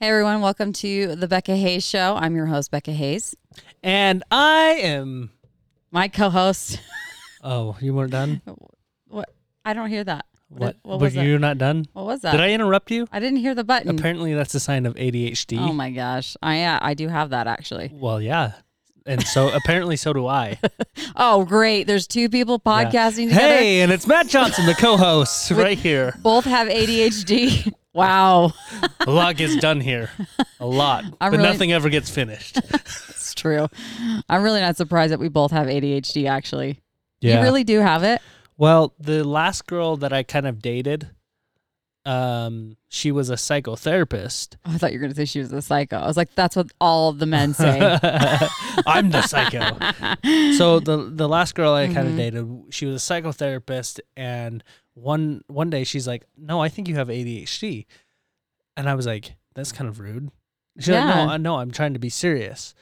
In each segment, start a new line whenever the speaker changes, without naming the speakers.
Hey everyone, welcome to the Becca Hayes Show. I'm your host, Becca Hayes.
And I am.
My co-host.
Oh, you weren't done.
What? I don't hear that.
What?
What, what
but
was that?
you're not done.
What was that?
Did I interrupt you?
I didn't hear the button.
Apparently, that's a sign of ADHD.
Oh my gosh. I yeah, I do have that actually.
Well, yeah. And so apparently, so do I.
Oh great. There's two people
Yeah.
podcasting together.
Hey, and it's Matt Johnson, the co-host, right here.
Both have ADHD. wow.
A lot gets done here, a lot,
I'm
but
really-
nothing ever gets finished.
It's true. I'm really not surprised that we both have ADHD actually.
Yeah.
You really do have it?
Well, the last girl that I kind of dated, um, she was a psychotherapist.
Oh, I thought you were gonna say she was a psycho. I was like, that's what all of the men say.
I'm the psycho. so the the last girl I
Mm-hmm.
kind of dated, she was a psychotherapist, and one one day she's like, "No, I think you have ADHD," and I was like, "That's kind of rude." She's
Yeah.
like, "No, I no, I'm trying to be serious,"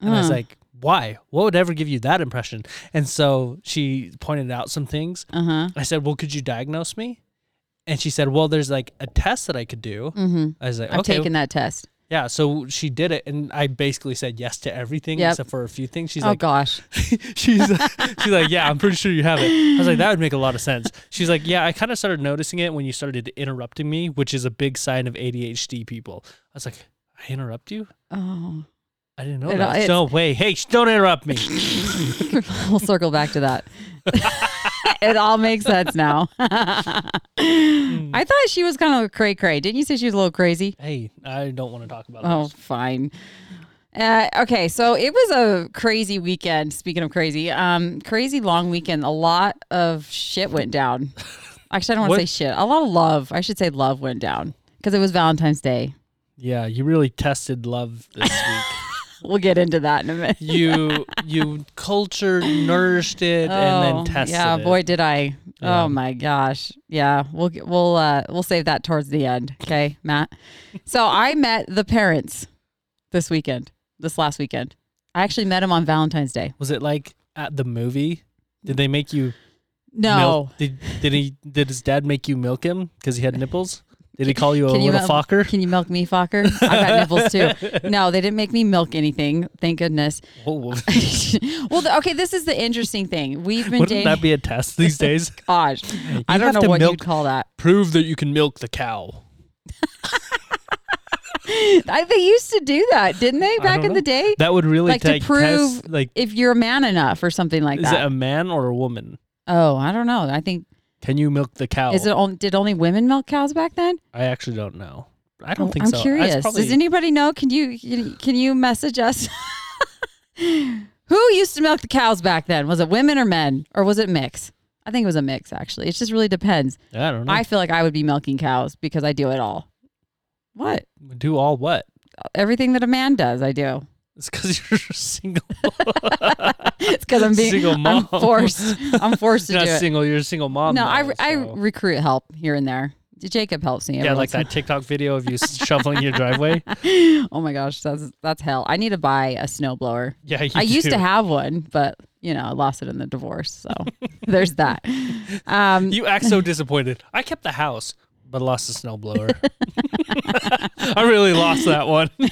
and I was
Uh.
like, "Why? What would ever give you that impression?" And so she pointed out some things.
uh-huh.
I said, "Well, could you diagnose me?" And she said, "Well, there's like a test that I could do."
Mm-hmm.
I was like,
I've
"Okay,
taken that test.
yeah." So she did it, and I basically said yes to everything
Yep.
except for a few things. She's
oh
like,
gosh.
she's she's like, yeah, I'm pretty sure you have it. I was like, that would make a lot of sense. She's like, yeah, I kind of started noticing it when you started interrupting me, which is a big sign of ADHD people. I was like, I interrupt you?
Oh.
I didn't know
It-
that.
it's-
No way. Hey, sh- don't interrupt me.
we'll circle back to that. it all makes sense now. I thought she was kind of cray cray. Didn't you say she was a little crazy?
hey, I don't want to talk about
Oh,
this.
fine. Uh, okay, so it was a crazy weekend. Speaking of crazy, um, crazy long weekend. A lot of shit went down. Actually, I don't want
What-
to say shit. A lot of love. I should say love went down because it was Valentine's Day.
Yeah, you really tested love this week.
We'll get into that in a minute.
you you cultured, nourished it, and
Oh,
then tested
yeah,
it.
boy, did I!
Yeah.
Oh my gosh, yeah. We'll g- we'll uh, we'll save that towards the end, okay, Matt. so I met the parents this weekend, this last weekend. I actually met them on Valentine's Day.
Was it like at the movie? Did they make you
No,
Milk- did did he did his dad make you milk him because he had nipples? Did he call you a
Can you
little
milk-
fucker?
can you milk me, Fokker? I got nipples too. No, they didn't make me milk anything. Thank goodness.
Oh,
well, the, okay, this is the interesting thing. We've been
wouldn't
dating.
that be a test these days?
gosh, I
You
don't
have
know
to
what
milk-
you'd call that.
Prove that you can milk the cow.
I, they used to do that, didn't they, back
don't
in the
know.
day?
That would really
Like, to
take tests.
prove
Like,
if you're a man enough or something like
is it
that.
a man or a woman?
oh, I don't know. I think
Can you milk the cow?
is it on, did only women milk cows back then?
I actually don't know. I don't
Oh,
think
I'm
so. That's
curious.
probably-
Does anybody know? Can you can- can you message us? Who used to milk the cows back then? Was it women or men or was it mix? I think it was a mix actually. It just really depends.
I don't know.
I feel like I would be milking cows because I do it all. What?
do all what?
Everything that a man does, I do.
It's because you're single.
It's because I'm being
Single mom.
I'm forced. I'm forced to
You're
do
not
it.
single. You're a single mom.
no, I,
now,
re- I
so-
recruit help here and there. Jacob helps me. every
yeah, like
once in a
that TikTok video of you shoveling your driveway.
oh my gosh, that's that's hell. I need to buy a snowblower.
Yeah, you
I used
do.
to have one, but you know, I lost it in the divorce. So there's that. Um,
You act so disappointed. I kept the house, but lost the snowblower. I really lost that one.
Um,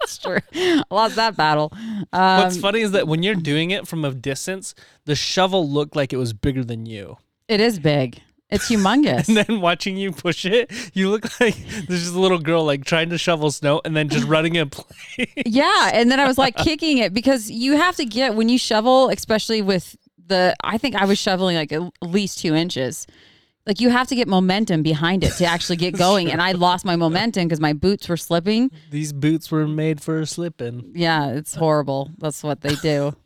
that's true. I lost that battle. Um,
What's funny is that when you're doing it from a distance, the shovel looked like it was bigger than you.
it is big. It's humongous.
And then watching you push it, you look like there's just a little girl like trying to shovel snow and then just running in place.
yeah, and then I was like kicking it because you have to get when you shovel, especially with the. I think I was shoveling like at least two inches. Like you have to get momentum behind it to actually get going, and I lost my momentum because my boots were slipping.
These boots were made for slipping.
Yeah, it's horrible. That's what they do.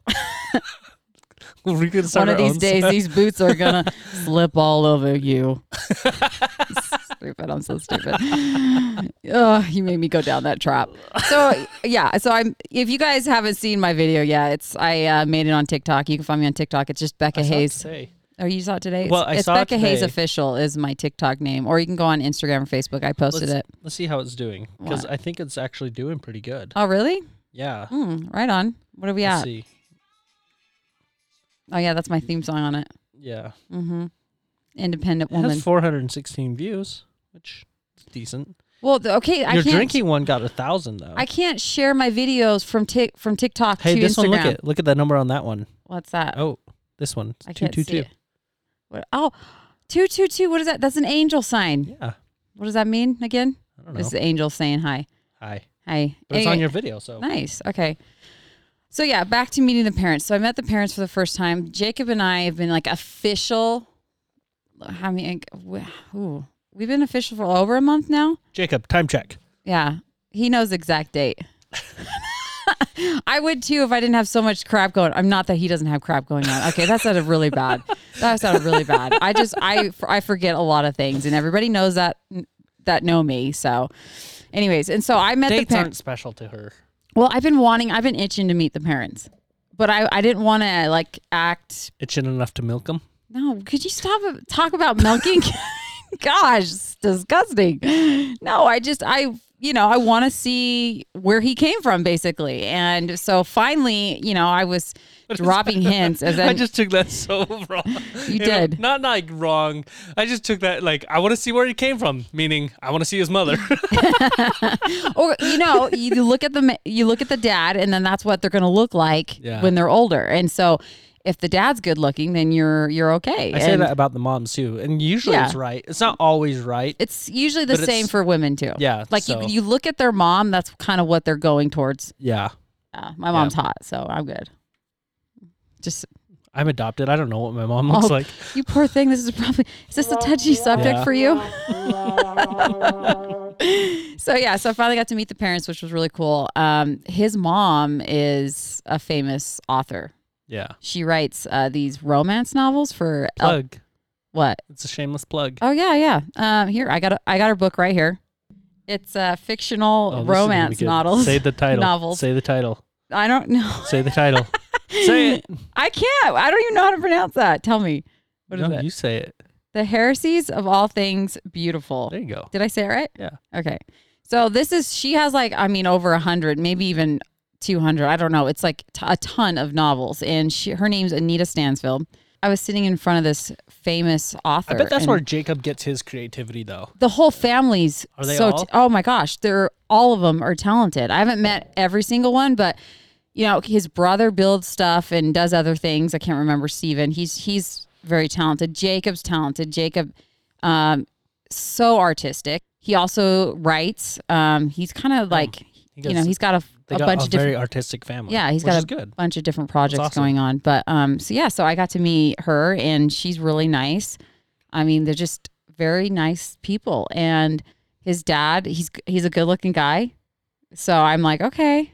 We could
One
start
of
our
these
own
days,
stuff.
these boots are gonna slip all over you. stupid! I'm so stupid. Oh, you made me go down that trap. So yeah, so I'm. If you guys haven't seen my video yet, it's I uh, made it on TikTok. You can find me on TikTok. It's just Becca
Not
Hayes.
today.
Oh, you saw it today?
Well,
it's,
I
it's
saw it
Becca Hayes
today.
official is my TikTok name, or you can go on Instagram or Facebook. I posted
Let's,
it.
let's see how it's doing because I think it's actually doing pretty good.
Oh, really?
Yeah.
Hmm, right on. What are we
Let's
at?
see.
Oh yeah, that's my theme song on it.
Yeah.
Mm-hmm. Independent
It
woman.
has 416 views, which is decent.
Well, th- okay, I
Your
can't.
drinking one got a thousand though.
I can't share my videos from tick from TikTok
hey,
to
this
Instagram.
one look at look at the number on that one.
What's that?
Oh, this one.
I
Two
can't
two
see
two.
it. What, oh, two two two. What is that? That's an angel sign.
Yeah.
What does that mean again?
I don't know.
It's the angel saying hi.
Hi.
Hi.
But it's on
Anyway,
your video, so
Nice. Okay. So yeah, back to meeting the parents. So I met the parents for the first time. Jacob and I have been like official. I mean, we- ooh, we've been official for over a month now.
Jacob, time check.
Yeah, he knows the exact date. I would too if I didn't have so much crap going. I'm not that he doesn't have crap going on. Okay, that sounded really bad. That sounded really bad. I just I I forget a lot of things, and everybody knows that that know me. So, anyways, and so I met the
Dates
parents.
aren't special to her.
Well, I've been wanting, I've been itching to meet the parents, but I, I didn't want to like act.
Itching enough to milk them.
No, could you stop it- talk about milking? Gosh, it's disgusting. No, I just I you know I want to see where he came from basically, and so finally you know I was dropping hints as
I
I
just took that so wrong.
You
know,
did.
not like wrong. I just took that like I want to see where he came from, meaning I want to see his mother.
or you know you look at the ma- you look at the dad and then that's what they're going to look like
Yeah.
when they're older, and so. If the dad's good looking, then you're you're okay.
I say
And
that about the moms too, and usually it's
Yeah.
right. It's not always right.
It's usually the
But
same
it's-
for women too.
yeah,
Like
so-
you, you look at their mom, that's kind of what they're going towards.
yeah,
Uh, my mom's hot, so I'm good. Just
I'm adopted. I don't know what my mom looks
Oh.
like.
you poor thing. This is probably is this a touchy subject
Yeah.
for you? so yeah, so I finally got to meet the parents, which was really cool. Um, his mom is a famous author.
Yeah,
She writes uh, these romance novels for El-
plug.
what
It's a shameless plug.
Oh yeah, yeah. Um, here I got a, I got her book right here. It's uh, fictional
Oh, this is gonna be
romance
good.
novels.
Say the title.
Novels.
Say the title.
I don't know.
Say the title. say it.
I can't. I don't even know how to pronounce that. Tell me. What is
no,
it?
you say it.
the heresies of all things beautiful.
There you go.
Did I say it right?
Yeah.
Okay. So this is she has like I mean over a hundred, maybe even two hundred. I don't know. It's like t- a ton of novels, and she her name's Anita Stansfield. I was sitting in front of this famous author.
I bet that's
and-
where Jacob gets his creativity, though.
the whole family's
Are they
so
all?
oh my gosh they're all of them are talented i haven't met every single one but you know his brother builds stuff and does other things i can't remember steven he's he's very talented jacob's talented jacob um so artistic he also writes um he's kind of like
Oh, He
you know he's got a,
they
a
got
bunch
a
of different
very artistic family.
yeah, he's
which
got
is
a
good.
bunch of different projects
awesome.
going on. But um, so yeah, so I got to meet her, and she's really nice. I mean, they're just very nice people. And his dad, he's he's a good-looking guy, so I'm like, okay,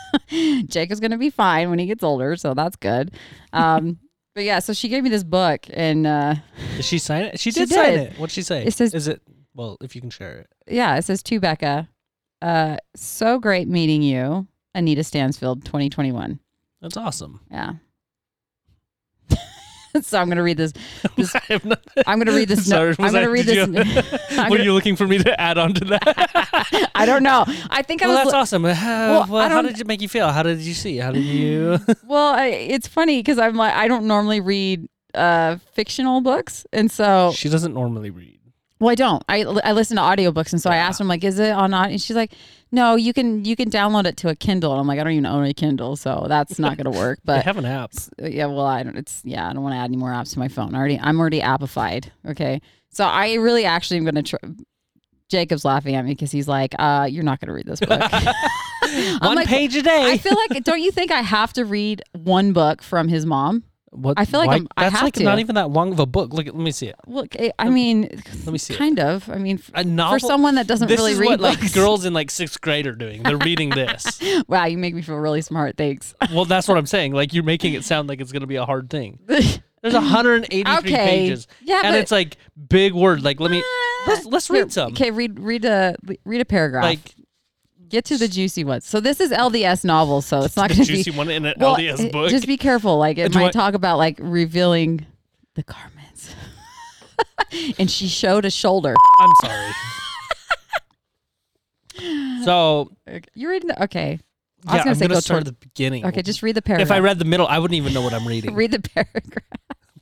Jacob's gonna be fine when he gets older, so that's good. Um, but yeah, so she gave me this book, and uh,
Did she sign it? She
She
did sign
did.
it. What'd she say?
It says-
Is it? Well, if you can share it.
yeah, it says to Becca, uh, so great meeting you, Anita Stansfield, 2021.
That's awesome.
Yeah. so I'm gonna read this. This-
I have not-
I'm gonna read this.
Sorry,
No-
was
I'm
I-
gonna read
did
this.
you-
I'm
were
gonna-
you looking for me to add on to that?
I don't know. I think
well,
I was.
that's awesome. Uh, well,
I
how
don't-
did it make you feel? How did you see? How did you?
well, I, it's funny because I'm like I don't normally read uh fictional books, and so
She doesn't normally read.
well I don't. I I listen to audiobooks, and so I
Yeah.
asked her, I'm like, is it on? Aud-? And she's like, no, you can you can download it to a Kindle. And I'm like, I don't even own a Kindle, so that's not gonna work.
They
But
have an app.
yeah well i don't it's yeah i don't want to add any more apps to my phone I already i'm already appified okay so i really actually am going to tr- jacob's laughing at me because he's like uh you're not going to read this book
One
like,
page a day.
i feel like don't you think i have to read one book from his mom
What,
I feel like
why-
I'm- I
that's
have
like
to.
not even that long of a book. Look, at, let me see it.
look i, I mean
Let me see it.
kind of i mean f-
A novel.
for someone that doesn't
this
really
is
read
what like
books.
girls in like sixth grade are doing. They're reading this.
wow you make me feel really smart thanks
well, that's what I'm saying. Like you're making it sound like it's gonna be a hard thing. There's 183
Okay.
pages.
Yeah,
and
but-
it's like big word. Like let me let's let's read some.
okay read read a read a paragraph
Like
get to the juicy ones so this is lds novels so it's not
the
going to be
juicy one in an
Well,
LDS
it-
book.
Just be careful. Like it
Do
might
I-
talk about like revealing the garments. and she showed a shoulder.
I'm sorry. so
You're in. the- Okay. I was
yeah,
gonna
I'm
say
gonna
go
start
toward-
at the beginning.
Okay. Just read the paragraph.
if I read the middle, I wouldn't even know what I'm reading.
read the paragraph.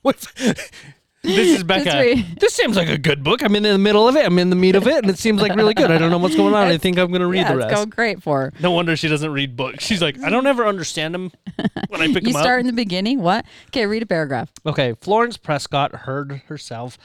What if- This is Becca.
read-
This seems like a good book. I'm in the middle of it. I'm in the meat of it, and it seems like really good. I don't know what's going on. I think I'm gonna read
yeah,
the
it's
rest.
going great for. her.
No wonder she doesn't read books. She's like, I don't ever understand them when I pick
You
them
start in the beginning. What? Okay, read a paragraph.
up. Okay, Florence Prescott heard herself.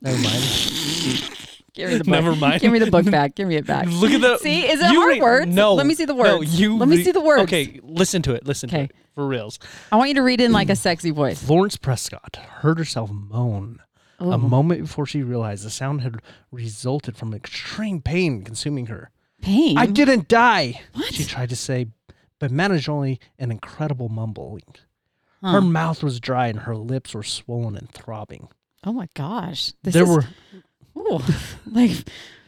Never mind.
Give me the book.
Never mind.
Give me the book back. Give me it back.
Look at the.
See, is it
you
hard
read-
words?
No.
Let me see the
no,
words.
you
Let me
read-
see the words.
Okay, listen to it. Listen
Okay.
to it. For reals.
I want you to read in like a sexy voice.
Florence Prescott heard herself moan.
Oh.
A moment before she realized the sound had resulted from extreme pain consuming her.
Pain.
I didn't die,
What?
she tried to say, but managed only an incredible mumbling. Her mouth was dry and her lips were swollen and throbbing.
oh my gosh. This
there
is,
were
ooh, like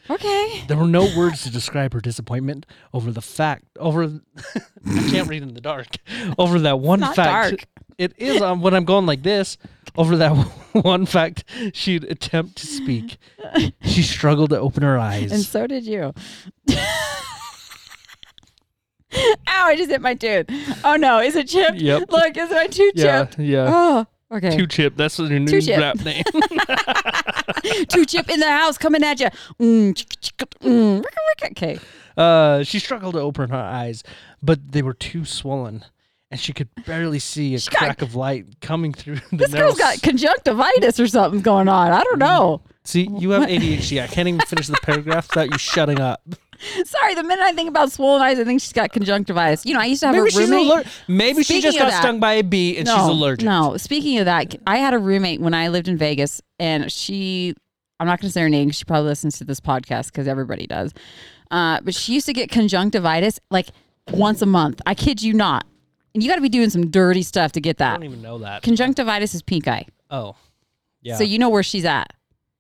okay.
there were no words to describe her disappointment over the fact over I can't read in the dark. Over that one
not
fact
dark.
it is um, when I'm going like this, over that one fact she'd attempt to speak. She struggled to open her eyes.
And so did you. Ow, I just hit my tooth. Oh no, is it chipped?
Yep.
Look, is my tooth
yeah,
chipped?
yeah.
Oh, okay.
Two chip, that's your new
Two Chip.
rap name.
Two chip in the house coming at you. Mm, chick, chick, mm, wick, wick. Okay.
Uh, she struggled to open her eyes, but they were too swollen, and she could barely see a
got-
crack of light coming through the
This girl's got conjunctivitis or something going on. I
Mm.
don't know.
See, you have ADHD. I can't even finish the paragraph without you shutting up.
Sorry, the minute I think about swollen eyes, I think she's got conjunctivitis. You know, I used to have
Maybe
a roommate.
she's allergic. Maybe she
Speaking
just
of
got
that-
stung by a bee and she's allergic.
No, speaking of that, I had a roommate when I lived in Vegas, and she, I'm not going to say her name. 'cause She probably listens to this podcast because everybody does. Uh, but she used to get conjunctivitis like once a month. I kid you not. And you got to be doing some dirty stuff to get
I
that.
don't even know that.
Conjunctivitis is pink eye.
Oh, yeah.
So you know where she's at.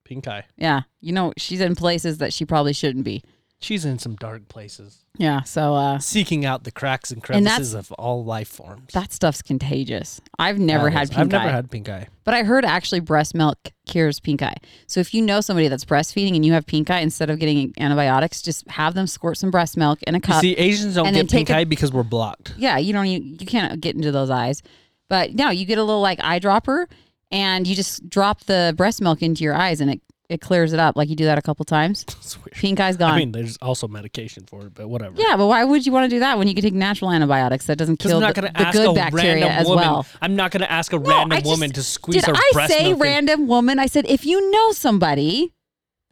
pink eye.
Yeah. You know, she's in places that she probably shouldn't be.
She's in some dark places,
Yeah. So, uh,
seeking out the cracks and
And that's-
crevices of all life forms.
that stuff's contagious. I've never
That
had
is-
pink
I've
eye.
never had pink eye.
But I heard actually breast milk cures pink eye. So if you know somebody that's breastfeeding and you have pink eye, instead of getting antibiotics, just have them squirt some breast milk in a
You
cup.
see, Asians don't
Uh, and then
get pink
take a-
eye because we're blocked.
yeah, you don't even, you can't get into those eyes. But no, you get a little like eyedropper and you just drop the breast milk into your eyes and it, it clears it up. Like you do that a couple times.
It's weird.
Pink eye's gone.
I mean, there's also medication for it, but whatever.
yeah, but why would you want to do that when you can take natural antibiotics that doesn't
Because
kill
I'm not
the,
going to
the
ask
good
a
bacteria
random
as
woman.
well?
I'm not going to ask a
No, I
random
just-
woman to squeeze
Did
her
I
breast
say
milk. in.
random woman? I said if you know somebody,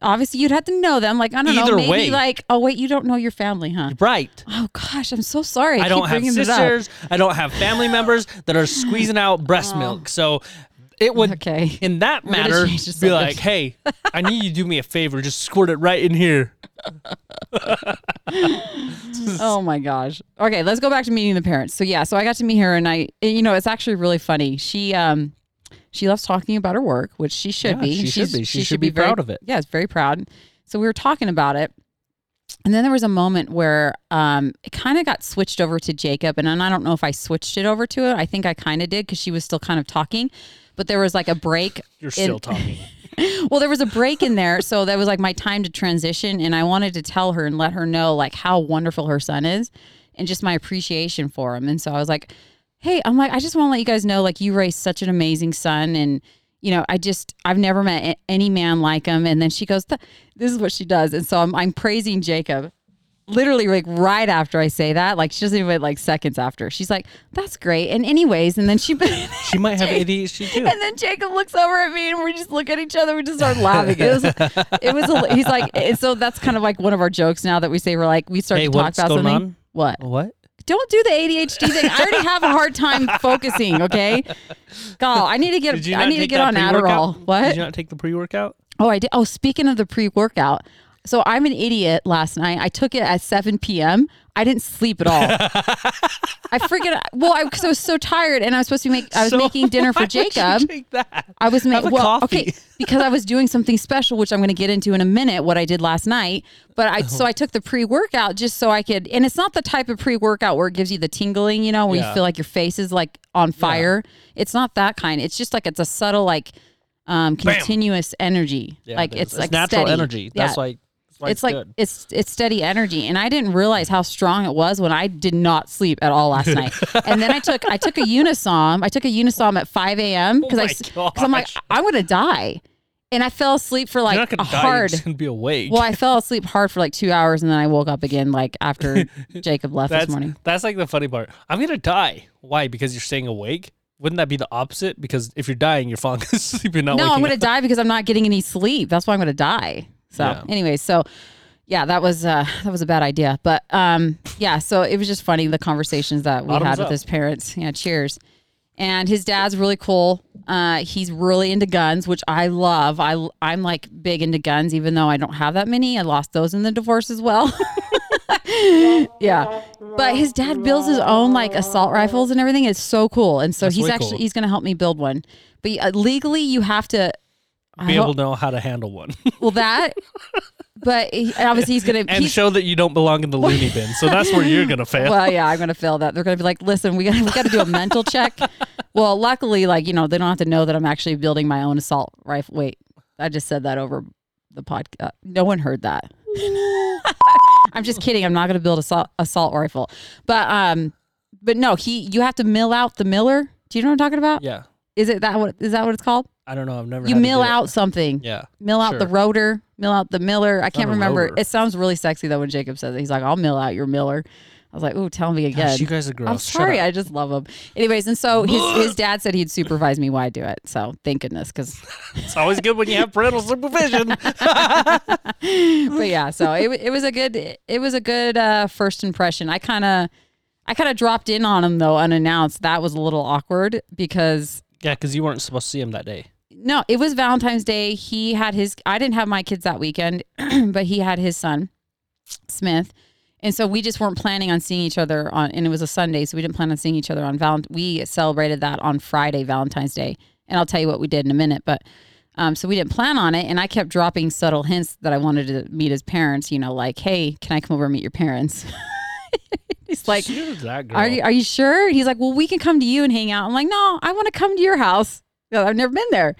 obviously you'd have to know them. Like I don't know,
Either
maybe
way.
like oh wait, you don't know your family, huh?
Right.
Oh gosh, I'm so sorry.
I,
keep
don't have
bringing this up.
sisters. I don't have family members that are squeezing out
Oh.
breast milk. So it would,
Okay.
in that
gonna
matter,
change the
be like,
subject.
hey, I need you to do me a favor. Just squirt it right in here.
Oh my gosh. Okay, let's go back to meeting the parents. So yeah, so I got to meet her, and I, and, you know, it's actually really funny. She um, she loves talking about her work, which she should
Yeah,
be.
she should
She's-
be. She should be
very-
proud of it.
Yeah, it's very proud. So we were talking about it, and then there was a moment where um, it kind of got switched over to Jacob, and then I don't know if I switched it over to it. I think I kind of did because she was still kind of talking, but there was like a break
You're still talking.
well, there was a break in there, so that was like my time to transition, and I wanted to tell her and let her know like how wonderful her son is, and just my appreciation for him. And so I was like, "Hey, I'm like, I just want to let you guys know like you raised such an amazing son, and you know, I just I've never met a- any man like him." And then she goes, "Th- "This is what she does," and so I'm, I'm praising Jacob. Literally, like right after I say that, like she doesn't even wait like seconds after. She's like, "That's great." And anyways, and then she
She might have ADHD too.
and then Jacob looks over at me, and we just look at each other. We just start laughing. It was, it was. A, he's like, and so that's kind of like one of our jokes now that we say we're like we start
Hey,
to talk
what's
about
going
something.
on?
What?
What?
Don't do the ADHD thing. I already have a hard time focusing. Okay, God, I need to get.
Did you
I
not
need to
take
get
that
on
pre-workout?
Adderall. What?
Did you not take the pre workout?
Oh, I did. Oh, speaking of the pre workout, so I'm an idiot. Last night, I took it at 7 p.m. I didn't sleep at all. I freaking well, I because I was so tired, and I was supposed to make. I was making dinner for Jacob.
take that.
I was
Have
making
a
well,
coffee.
okay, because I was doing something special, which I'm going to get into in a minute. What I did last night, but I
Oh.
so I took the pre workout just so I could, and it's not the type of pre workout where it gives you the tingling, you know, where
Yeah.
you feel like your face is like on fire. It's not that kind. It's just like it's a subtle like um, continuous energy, like
it
it's,
is.
like
natural
steady.
energy. That's
yeah.
like
it's like
good.
it's it's steady energy and i didn't realize how strong it was when i did not sleep at all last night and then i took i took a unisom i took a unisom at 5 a.m because
Oh
i
my
because i'm like
gosh.
i'm gonna die and i fell asleep for
You're
like
not
a
gonna die. You're
hard
just gonna be awake.
well i fell asleep hard for like two hours and then i woke up again like after jacob left
that's
this morning
that's like the funny part. I'm gonna die. Why? Because you're staying awake. Wouldn't that be the opposite? Because if you're dying, you're falling asleep. You're not
no i'm
waking
gonna
up.
die because i'm not getting any sleep that's why i'm gonna die so
Yeah.
anyway so yeah, that was uh, that was a bad idea, but um, yeah. So it was just funny the conversations that we
Bottoms
had with
up.
his parents. Yeah, cheers. And his dad's really cool. Uh, he's really into guns, which I love. I I'm like big into guns, even though I don't have that many. I lost those in the divorce as well. yeah, but his dad builds his own like assault rifles and everything. It's so cool, and so
That's
he's
way
actually
cool.
he's going to help me build one. But uh, legally, you have to I
Be
hope-
able to know how to handle one
well that. But he- obviously, he's going to
and show that you don't belong in the loony bin. So that's where you're gonna fail.
Well, yeah, I'm gonna fail that. They're gonna be like, listen, we got we got to do a mental check. Well, luckily, like you know, they don't have to know that I'm actually building my own assault rifle. Wait, I just said that over the podcast. No one heard that. I'm just kidding. I'm not gonna build a assault, assault rifle, but um, but no, he you have to mill out the miller. Do you know what I'm talking about?
yeah,
Is it that what is that what it's called?
I don't know. I've never
You
had to
mill
do it.
out something
Yeah,
mill out the
Sure.
rotor, mill out the miller. I can't
not a
remember.
rotor.
It sounds really sexy though when Jacob says it. He's like, "I'll mill out your miller." I was like, "Ooh, tell me again."
Gosh, you guys are gross.
I'm
Shut
sorry,
up.
I just love him. Anyways, and so his his dad said he'd supervise me while I do it. So thank goodness, because
It's always good when you have parental supervision.
but yeah, so it wa- it was a good it was a good uh, first impression. I kind of. I kind of dropped in on him though unannounced. That was a little awkward because
yeah, because you weren't supposed to see him that day.
no, it was Valentine's Day. He had his I didn't have my kids that weekend, but he had his son, Smith. And so we just weren't planning on seeing each other on and it was a Sunday, so we didn't plan on seeing each other on Valent we celebrated that on Friday, Valentine's Day. And I'll tell you what we did in a minute, but um, so we didn't plan on it and I kept dropping subtle hints that I wanted to meet his parents, you know, like, Hey, can I come over and meet your parents? He's like
you're that girl.
are you, are you sure? He's like, well, we can come to you and hang out. I'm like, no, I want to come to your house. No, I've never been there.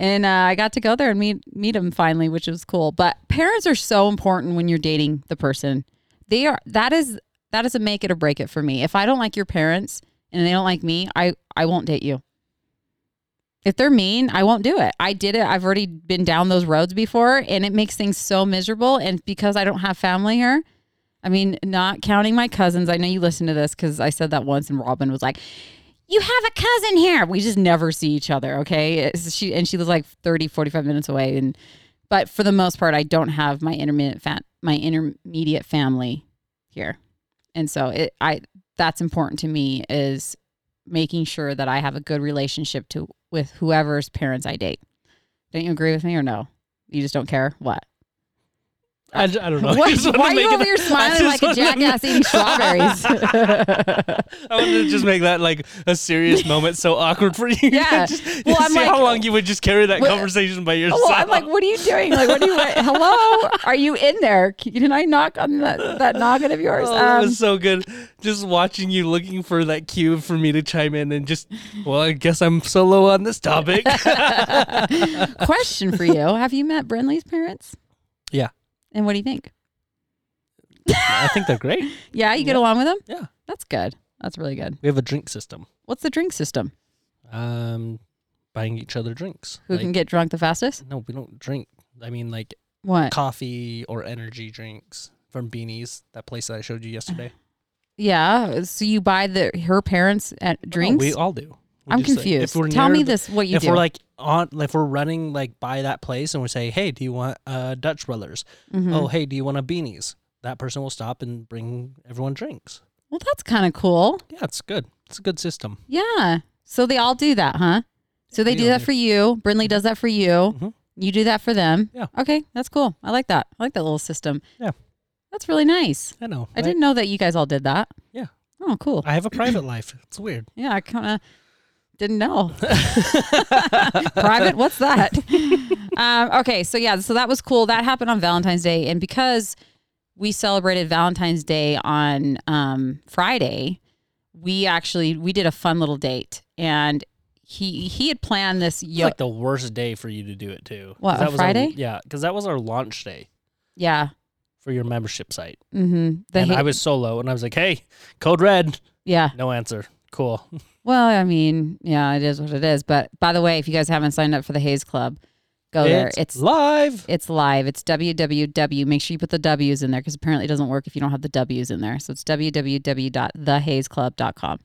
And uh, I got to go there and meet meet him finally, which was cool. But parents are so important when you're dating the person. They are that is that is a make it or break it for me. If I don't like your parents and they don't like me, I I won't date you. If they're mean, I won't do it. I did it. I've already been down those roads before, and it makes things so miserable. And because I don't have family here, I mean, not counting my cousins. I know you listen to this because I said that once, and Robin was like, "You have a cousin here." We just never see each other. Okay, It's- she and she was like 30, 45 minutes away, and but for the most part, I don't have my intermittent fa- my intermediate family here, and so it I that's important to me is making sure that I have a good relationship to with whoever's parents I date. Don't you agree with me or no? You just don't care what?
I, j- I don't know. I
Why,
just wanted to
why are
make
you
it-
over here
I
smiling like
just
a
wanted to-
jackass eating strawberries?
I wanted to just make that like a serious moment so awkward for you.
Yeah.
just,
Well,
see
I'm like-
how long you would just carry that
Well-
conversation by yourself.
well, Oh, I'm like, what are you doing? Like, what are you? hello, are you in there? Can, can I knock on that, that noggin of yours? Um,
Oh, that was so good. Just watching you looking for that cue for me to chime in and just, well, I guess I'm so low on this topic.
Um, question for you: Have you met Brinley's parents?
Yeah.
And what do you think?
I think they're great.
Yeah, you get along with them.
Yeah.
That's good. That's really good.
We have a drink system.
What's the drink system?
Um, buying each other drinks.
Who
Like,
can get drunk the fastest?
No, we don't drink. I mean, like
What?
coffee or energy drinks from Beanies, that place that I showed you yesterday.
Yeah. So you buy the her parents at drinks.
Oh, we all do. We
I'm
just, like,
confused.
if we're
Tell
near
me
the-
this: What you
if
do?
we're like on, if we're running like by that place and we say, hey, do you want uh, Dutch Brothers?
Mhm.
Oh, hey, do you want a beanies? That person will stop and bring everyone drinks.
Well, that's kind of cool.
Yeah, it's good. It's a good system.
Yeah. So they all do that, huh? So they
They
do
all
that
do.
for you. Brinley does that for you.
Mhm.
You do that for them.
Yeah.
Okay, that's cool. I like that. I like that little system.
Yeah.
That's really nice.
I know.
I
right?
didn't know that you guys all did that.
Yeah.
Oh, cool.
I have a private life. It's weird.
Yeah, I kind of didn't know. Private, what's that? um, okay, so yeah, so that was cool. That happened on Valentine's Day, and because we celebrated Valentine's Day on um, Friday, we actually we did a fun little date, and he he had planned this.
It's
Yo-
like the worst day for you to do it too. 'Cause
What, a
that was our-
Friday?
yeah, because that was our launch day.
yeah,
for your membership site.
Mm-hmm. The
and
hate-
I was solo, and I was like, "Hey, code red."
yeah.
No answer. Cool.
Well, I mean, yeah, it is what it is. But by the way, if you guys haven't signed up for the Hayes Club, go Oh, there.
it's,
It's
live.
it's live. It's www. Make sure you put the W's in there because apparently it doesn't work if you don't have the W's in there. So it's www.thehazeclub.com.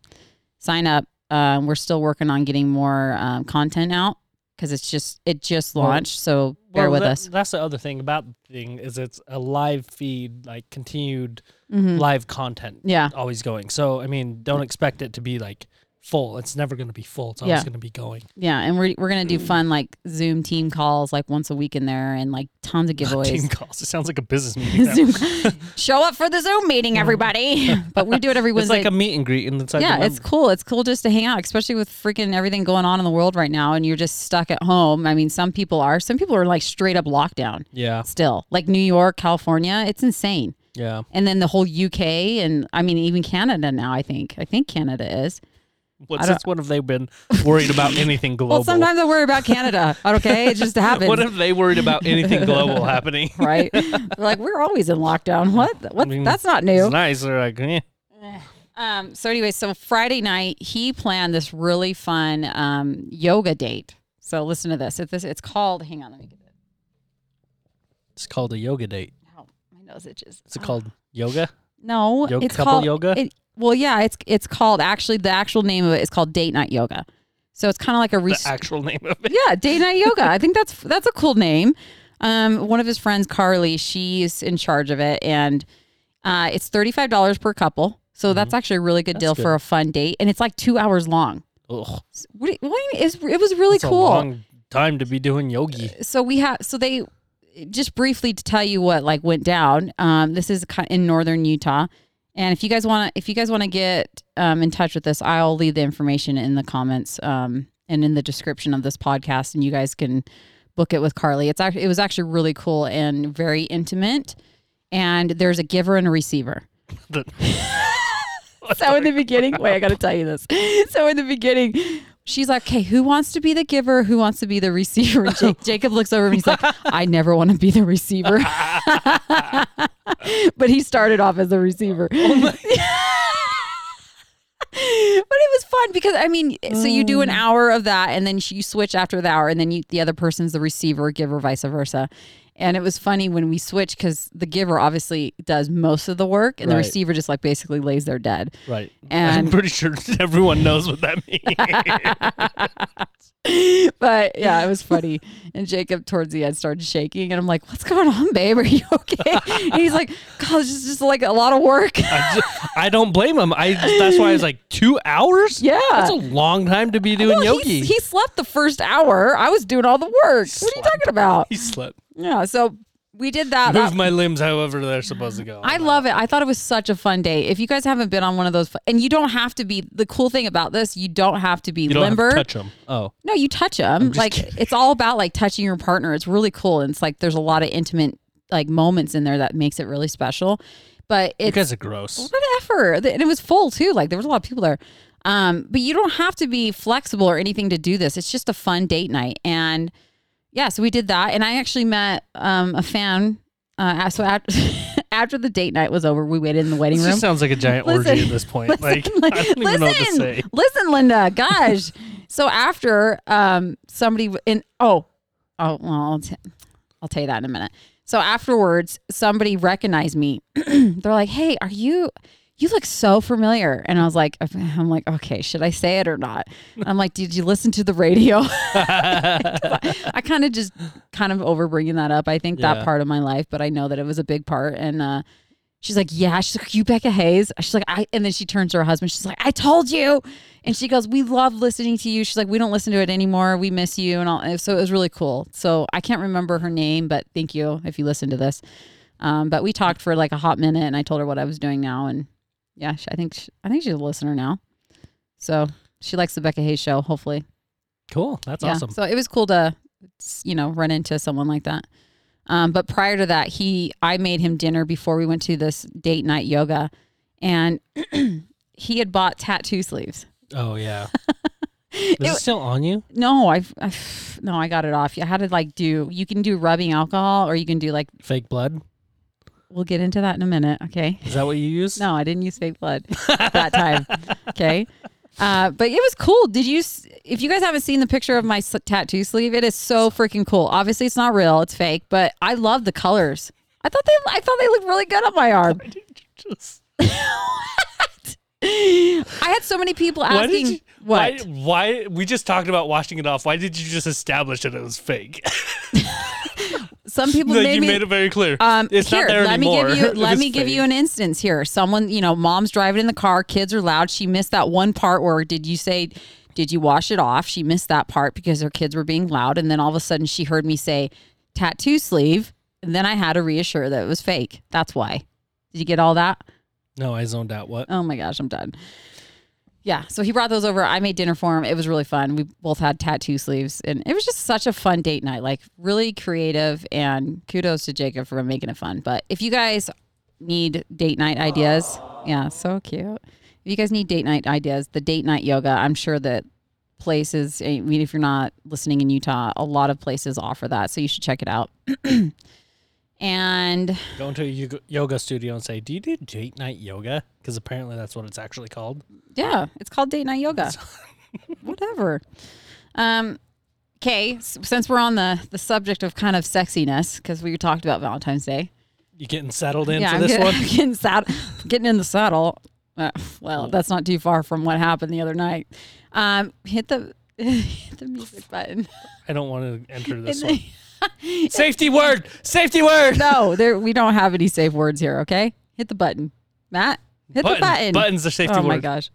Sign up. Um, we're still working on getting more um, content out because it's just it just
Well-
launched. So bear
Well,
with
that-
us.
That's the other thing about the thing is it's a live feed, like continued
Mhm.
live content
Yeah,
always going. So I mean, don't expect it to be like full. It's never going to be full. It's always
Yeah.
going to be going.
yeah, and we're we're gonna do fun like Zoom team calls like once a week in there, and like tons of giveaways.
Team calls. It sounds like a business meeting. now.
Zoom- Show up for the Zoom meeting, everybody. but we do it every
It's
Wednesday.
like a meet and greet inside. the
yeah, it's
member-
cool. It's cool just to hang out, especially with freaking everything going on in the world right now, and you're just stuck at home. I mean, some people are. Some people are like straight up lockdown
yeah,
still, like New York, California. It's insane.
yeah.
And then the whole UK, and I mean, even Canada now. I think. I think Canada is.
What,
I don't-
since when have they been worried about anything global?
Well, sometimes I worry about Canada. okay, it just happens.
what have they worried about anything global happening?
right? They're like we're always in lockdown. What? What?
mean,
That's not new.
It's nice. They're like, eh.
Um, so anyway, so Friday night he planned this really fun um, yoga date. So listen to this. It, this it's called. Hang on, let me get it.
it's called a yoga date.
Oh, my nose itches. Um,
Is it called yoga?
No,
Yo-
it's
couple
called
yoga?
It, well, yeah, it's it's called actually the actual name of it is called date night yoga. So it's kind of like a
The
rest-
actual name of it.
yeah, day night yoga. I think that's that's a cool name. Um, one of his friends, Carly, she's in charge of it, and uh, it's thirty five dollars per couple. So that's actually a really good
Mm-hmm.
deal
That's
for
good.
a fun date, and it's like two hours long.
Ugh,
S- What, do you- what do you- it's, it was really
it's
cool. Uh,
a long time to be doing yogi.
so we have so they just briefly to tell you what like went down. Um, this is ki- in northern Utah, and if you guys want to if you guys want to get um, in touch with this, I'll leave the information in the comments um, and in the description of this podcast, and you guys can book it with Carly. It's actually it was actually really cool and very intimate, and there's a giver and a receiver so in the beginning, wait, I got to tell you this. So in the beginning, she's like, "Okay, who wants to be the giver? Who wants to be the receiver?" And Jake, Jacob looks over and he's like, "I never want to be the receiver." but he started off as a receiver. But it was fun because I mean, so you do an hour of that, and then you switch after the hour, and then you, the other person's the receiver, giver, vice versa. And it was funny when we switched because the giver obviously does most of the work, and the
Right.
receiver just like basically lays there dead.
Right. I'm
And-
pretty sure everyone knows what that means.
but yeah, it was funny. And Jacob towards the end started shaking, and I'm like, "What's going on, babe? Are you okay?" and he's like, "God, it's just, just like a lot of work."
I, just, I don't blame him. I that's why I was like two hours.
Yeah.
that's a long time to be doing
Well,
yogi.
he, he slept the first hour. I was doing all the work. What are you talking about?
He slept.
Yeah, so we did that.
Move
That-
my limbs however they're supposed to go.
Uh, I love it. I thought it was such a fun day. If you guys haven't been on one of those, and you don't have to be. The cool thing about this, you don't have to be
you don't have to
limber.
touch him. Oh,
No, you touch them.
just
Like
kidding.
it's all about like touching your partner. It's really cool. And it's like there's a lot of intimate like moments in there that makes it really special. But
you
it's
guys are gross.
whatever. And it was full too. Like there was a lot of people there. Um, but you don't have to be flexible or anything to do this. It's just a fun date night. And yeah, so we did that. And I actually met um, a fan. Uh, so after, after the date night was over, we waited in the waiting
This
room.
just sounds like a giant
Listen,
orgy at this point. like I don't even know what to say.
Listen, Linda. Gosh. so after um somebody w- in oh oh well I'll, t- I'll tell you that in a minute. So afterwards, somebody recognized me. They're like, "Hey, are you?" You look so familiar, and I was like, "I'm like, okay, should I say it or not?" And I'm like, "Did you listen to the radio?" 'Cause I, I kind of just kind of over bringing that up. I think that
Yeah.
part of my life, but I know that it was a big part. And uh, She's like, yeah. She's like, you Becca Hayes. She's like, I. And then she turns to her husband. She's like, I told you. And she goes, we love listening to you. She's like, we don't listen to it anymore. We miss you and all. and So it was really cool. So I can't remember her name, but thank you if you listen to this. Um, but we talked for like a hot minute, and I told her what I was doing now, and yeah, she, I think she, I think she's a listener now. So she likes the Becca Hayes show. Hopefully,
Cool. That's awesome.
so it was cool to, you know, run into someone like that. Um, but prior to that, he, I made him dinner before we went to this date night yoga, and he had bought tattoo sleeves.
Oh yeah. Is it,
It-
still on you?
No, I, I, no, I got it off. I had to like do. You can do rubbing alcohol, or you can do like
Fake blood.
We'll get into that in a minute. Okay.
Is that what you use?
No, I didn't use fake blood that time. Okay. Uh, but it was cool. Did you? s- If you guys haven't seen the picture of my s- tattoo sleeve, it is so freaking cool. Obviously, it's not real; it's fake. But I love the colors. I thought they, I thought they looked really good on my arm.
Why did you just?
I had so many people
Why did
asking
you,
what.
Why, why? We just talked about washing it off. Why did you just establish that it was fake?
Some people
like
made
you
me.
made it very clear.
Um,
it's
here,
not there
let
anymore.
me give you
It
let
was
me give
fake.
you an instance here. Someone, you know, mom's driving in the car, kids are loud. She missed that one part where did you say did you wash it off? She missed that part because her kids were being loud and then all of a sudden she heard me say tattoo sleeve and then I had to reassure that it was fake. That's why. Did you get all that?
No, I zoned out. What?
Oh my gosh, I'm done. Yeah, so he brought those over. I made dinner for him. It was really fun. We both had tattoo sleeves, and it was just such a fun date night. Like really creative, and kudos to Jacob for making it fun. But if you guys need date night ideas, yeah, so cute. If you guys need date night ideas, the date night yoga. I'm sure that places. I mean, if you're not listening in Utah, a lot of places offer that, so you should check it out. and
Go into a yo- yoga studio and say, "Do you do date night yoga?" Because apparently that's what it's actually called.
Yeah, it's called date night yoga. Whatever. Um, okay, s- since we're on the the subject of kind of sexiness, because we talked about Valentine's Day.
You getting settled in
yeah,
for
I'm
this
getting,
one?
I'm getting saddle, getting in the saddle. Uh, well, that's not too far from what happened the other night. Um, hit the hit the music button.
I don't want to enter this one. Safety word. Safety word.
no, there we don't have any safe words here. Okay, hit the button, Matt. Hit the button.
Buttons are safety
Oh
word.
my gosh.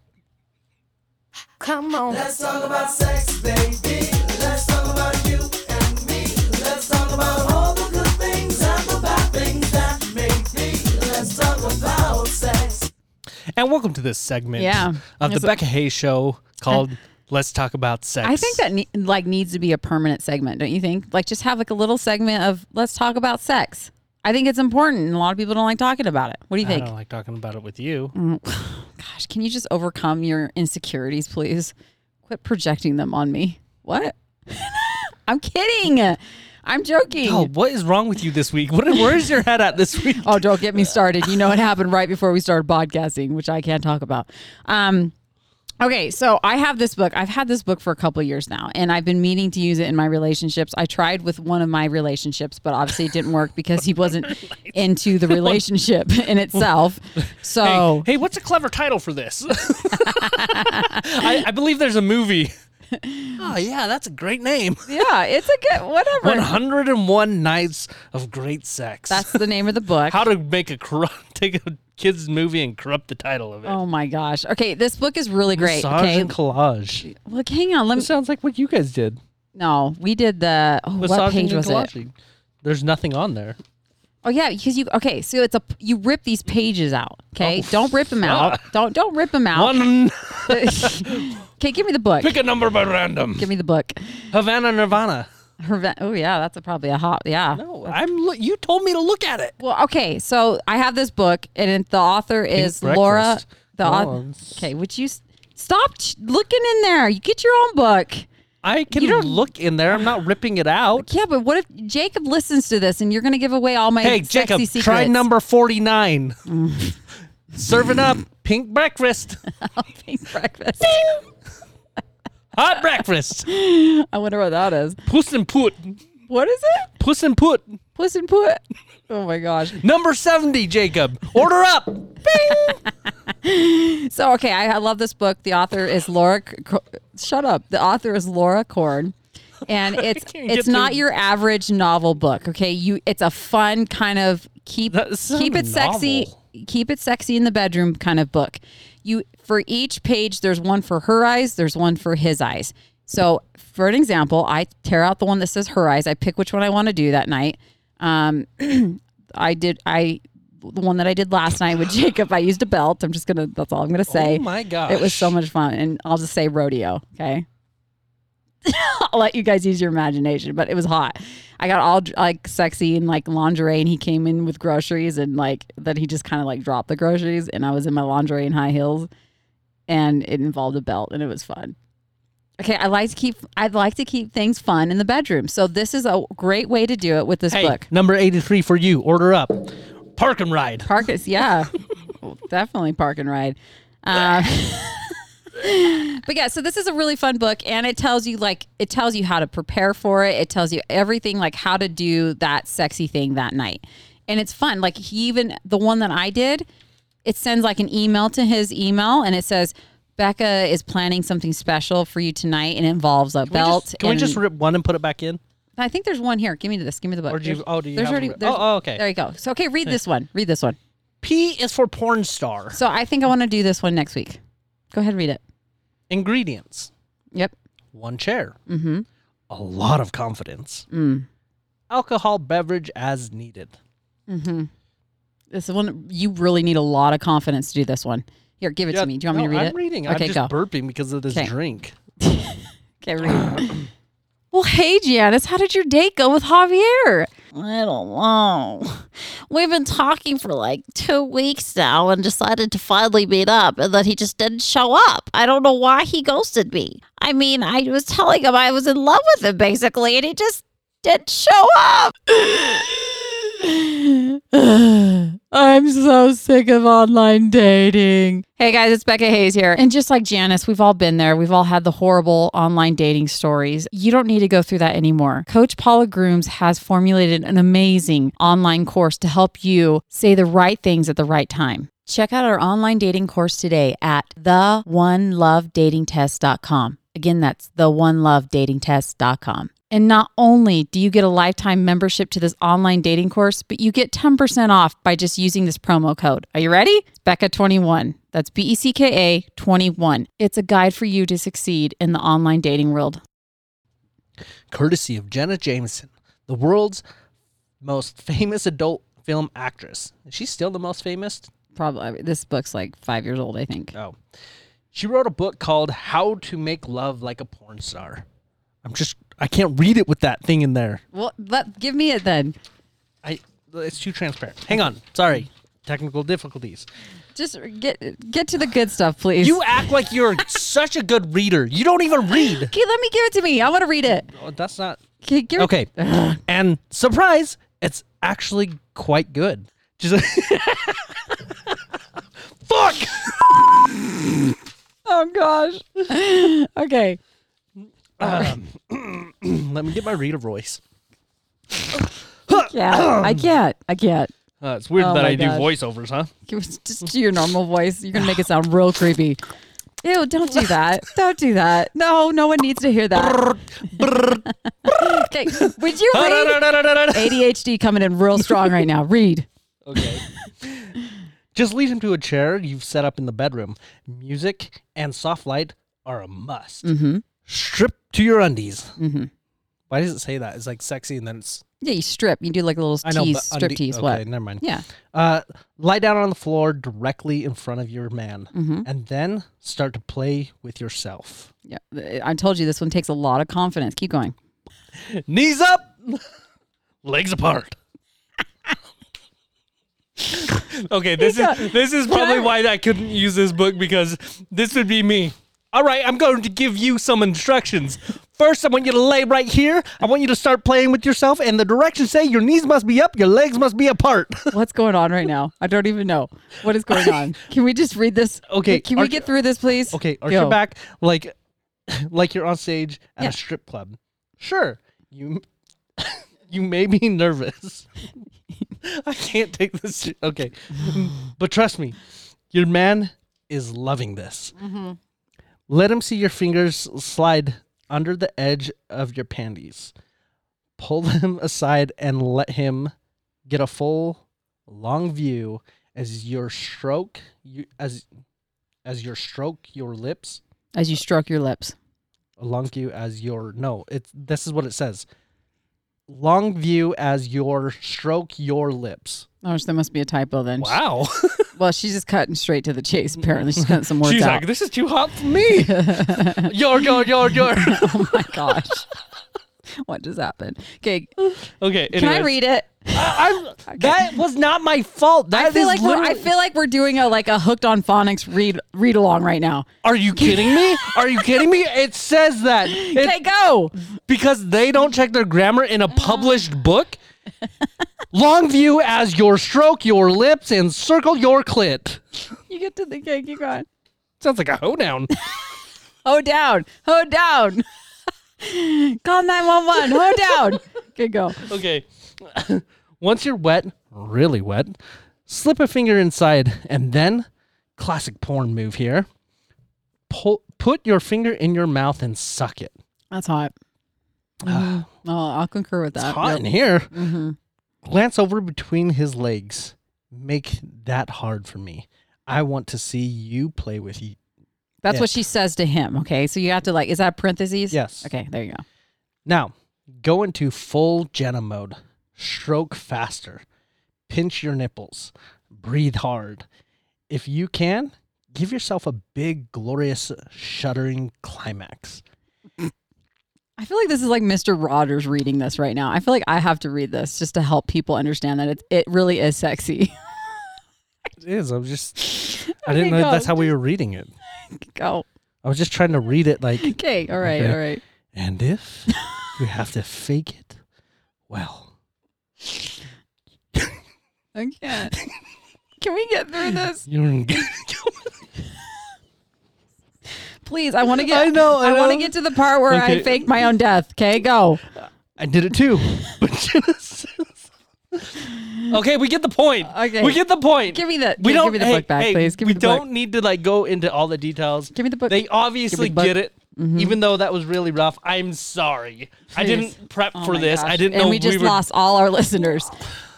Come on.
Let's talk about sex, baby. Let's talk about you and me. Let's talk about all the good things and the bad things that may be. Let's talk about sex.
And welcome to this segment
Yeah.
of the
It's-
Becca Hayes show called Let's Talk About Sex.
I think that ne- like needs to be a permanent segment, don't you think? Like just have like a little segment of let's talk about sex. I think it's important, and a lot of people don't like talking about it. What do you
I
think?
don't like talking about it with you.
Mm. Gosh, can you just overcome your insecurities, please? Quit projecting them on me. What? I'm kidding. I'm joking.
Oh, what is wrong with you this week? What, where is your head at this week?
Oh, don't get me started. You know what happened right before we started podcasting, which I can't talk about. Um, okay, so I have this book. I've had this book for a couple of years now, and I've been meaning to use it in my relationships. I tried with one of my relationships, but obviously it didn't work because he wasn't into the relationship in itself. So
Hey, what's a clever title for this? I, I believe there's a movie. Oh yeah, that's a great name.
yeah, it's a good whatever.
101 Nights of Great Sex.
That's the name of the book.
How to make a corrupt, take a kids movie and corrupt the title of it.
Oh my gosh. Okay, this book is really great.
Massage
Okay.
and collage.
Look, hang on. Let me
It sounds like what you guys did.
No, we did the oh, what
Massaging
page
and
was it?
collaging. There's nothing on there.
Oh yeah, because you okay. So it's a you rip these pages out. Okay, don't rip them out. Don't don't rip them out.
Oh, One,
okay, give me the book.
pick a number by random.
Give me the book.
Havana Nirvana.
Herve- Oh yeah, that's a, probably a hot yeah.
No, Oh. I'm. lo- You told me to look at it.
Well, okay. So I have this book, and it, the author is
breakfast.
Laura. The
No,
author.
it's-
Okay, would you s- stop ch- looking in there? You get your own book.
I can
You don't-
look in there. I'm not ripping it out.
Yeah, but what if Jacob listens to this and you're going to give away all my
Hey,
sexy
Jacob,
secrets?
try number 49. Serving up pink breakfast,
Pink breakfast.
hot breakfast,
I wonder what that is.
puss and put,
What is it?
puss and put.
Puss and Put. Oh my gosh.
Number 70, Jacob. Order up.
So okay, I, I love this book. The author is Laura. C- Co- Shut up. The author is Laura Korn, and it's
can't
it's
get
not
through.
your average novel book. Okay, you it's a fun kind of keep
That sounded
keep it sexy, keep it sexy in the bedroom kind of book. You for each page, there's one for her eyes, there's one for his eyes. So for an example, I tear out the one that says her eyes. I pick which one I want to do that night. Um, I did I the one that I did last night with Jacob. I used a belt. I'm just gonna. That's all I'm gonna say.
Oh my gosh.
It was so much fun, and I'll just say rodeo. Okay. I'll let you guys use your imagination, but it was hot. I got all like sexy and like lingerie, and he came in with groceries, and like then he just kind of like dropped the groceries, and I was in my lingerie and high heels, and it involved a belt, and it was fun. Okay, I like to keep I like to keep things fun in the bedroom, so this is a great way to do it with this
Hey,
book.
number 83 for you. Order up. Park and ride.
Park is yeah, definitely park and ride. Uh, but yeah, so this is a really fun book, and it tells you like it tells you how to prepare for it. It tells you everything like how to do that sexy thing that night, and it's fun. Like he even the one that I did, it sends like an email to his email, and it says. Becca is planning something special for you tonight, and it involves a
Can we
belt.
just- Can we
and-
just rip one and put it back in?
I think there's one here. Give me this. Give me the book.
Or do you-
There's-
oh, do you
there's
have
already?
them?
there's-
Oh, oh, okay.
There you go. So okay, read this one. Read this one.
P is for porn star.
So I think I want to do this one next week. Go ahead, read it.
Ingredients:
Yep.
one chair,
Mm-hmm.
a lot of confidence,
Mm.
alcohol beverage as needed.
Mm-hmm. This is one you really need a lot of confidence to do. This one. Here, give it
Yeah,
to me. Do you want me
no,
to read
I'm
it?
reading.
Okay,
I'm just
go.
burping because of this
Okay.
drink.
Okay, read. well, hey, Janice, how did your date go with Javier?
I don't know. We've been talking for like two weeks now and decided to finally meet up, and then he just didn't show up. I don't know why he ghosted me. I mean, I was telling him I was in love with him basically, and he just didn't show up.
I'm so sick of online dating. Hey guys, it's Becca Hayes here. And just like Janice, we've all been there. We've all had the horrible online dating stories. You don't need to go through that anymore. Coach Paula Grooms has formulated an amazing online course to help you say the right things at the right time. Check out our online dating course today at theonelovedatingtest.com. Again, that's theonelovedatingtest.com. And not only do you get a lifetime membership to this online dating course, but you get 10% off by just using this promo code. Are you ready? It's Becca21. That's B E C K A 21. It's a guide for you to succeed in the online dating world.
courtesy of Jenna Jameson, the world's most famous adult film actress. Is she still the most famous?
Probably this book's like five years old, I think.
No. She wrote a book called How to Make Love Like a Porn Star. I'm just I can't read it with that thing in there.
Well, let, give me it then.
I it's too transparent. Hang on. Sorry. Technical difficulties.
Just get get to the good stuff, please.
You act like you're such a good reader. You don't even read.
okay, let me give it to me. I want to read it.
Oh, that's not
Okay, give it-
Okay. and surprise, it's actually quite good. Just Fuck!
Oh gosh. okay.
Let me get my reader voice.
Yeah, I can't. I can't.
Uh, it's weird
Oh
that
my
I
gosh.
do voiceovers, huh?
Just do your normal voice. You're gonna make it sound real creepy. Ew! Don't do that. Don't do that. No, no one needs to hear that. okay, would you read? ADHD coming in real strong right now. Read.
okay. Just lead him to a chair you've set up in the bedroom. Music and soft light are a must.
Mm-hmm.
Strip to your undies.
Mm-hmm.
Why does it say that? It's like sexy and then it's.
Yeah, you strip. You do like a little
I know,
tease,
but
strip
undi-
tease.
Okay,
What?
never mind.
Yeah.
Uh, lie down on the floor directly in front of your man
Mm-hmm.
and then start to play with yourself.
Yeah. I told you this one takes a lot of confidence. Keep going.
Knees up, legs apart. okay, this is this is probably why I couldn't use this book because this would be me. All right, I'm going to give you some instructions. First, I want you to lay right here. I want you to start playing with yourself, and the directions say your knees must be up, your legs must be apart.
What's going on right now? I don't even know what is going on. Can we just read this?
Okay,
Can we
arch-
get through this, please?
Okay, arch
Go.
your back like like you're on stage at
Yeah.
a strip club. Sure, you you may be nervous. I can't take this. se- Okay, but trust me, your man is loving this. Let him see your fingers slide under the edge of your panties. Pull them aside and let him get a full long view as your stroke you as as your stroke your lips
As you stroke your lips.
long view as your no it this is what it says long view as your stroke your lips
Oh, so there must be a typo then.
wow
Well, she's just cutting straight to the chase. Apparently, she's cutting some words out.
this is too hot for me yo yo yo yo
oh my gosh, what just happened? Okay,
okay
can I
anyways.
read it?
I, am that was not my fault That
I
is
feel like we're, I
literally-
feel like we're doing a like a hooked on phonics read read along right now.
are you kidding me are you kidding me it says that It-
Okay, go. Uh.
because they don't check their grammar in a published book Longview as your stroke, your lips, and circle your clit.
You get to the cake, you got.
Sounds like a hoedown.
Ho down. Ho down. Call 911. Ho down. Okay, go.
okay. Once you're wet, really wet, slip a finger inside and then, classic porn move here, pull, put your finger in your mouth and suck it.
That's hot. oh, I'll concur with that.
It's hot in here. Glance over between his legs. Make that hard for me. I want to see you play with you.
That's
Yeah.
what she says to him. Okay. So you have to like, is that parentheses?
Yes.
Okay. There you go.
Now, go into full Jenna mode. Stroke faster. Pinch your nipples. Breathe hard. If you can, give yourself a big, glorious, shuddering climax.
I feel like this is like Mr. Rogers reading this right now. I feel like I have to read this just to help people understand that it, it really is sexy.
It is. I was just, I
didn't Okay, know go. that's
how we were reading it.
go.
I was just trying to read it like,
Okay. All right.
Okay.
All right.
and if you have to fake it, well,
I can't. Can we get through this?
you're in
Please. I want to get,
I know, I
I, want to
know.
get to the part where I
Okay.
fake my own death. Okay. Go.
I did it too. But Jenna says- okay, we get the point.
Okay.
We get the point.
Give me the-
We
give-
don't
give me the
hey,
book back,
hey,
please. Give me
we
the book.
don't need to like go into all the details.
Give me the book.
They obviously
book. Mm-hmm.
get it. Even though that was really rough, I'm sorry. I didn't prep
Oh
for
my
this. I
gosh.
didn't
and
know
we just
were.
lost all our listeners.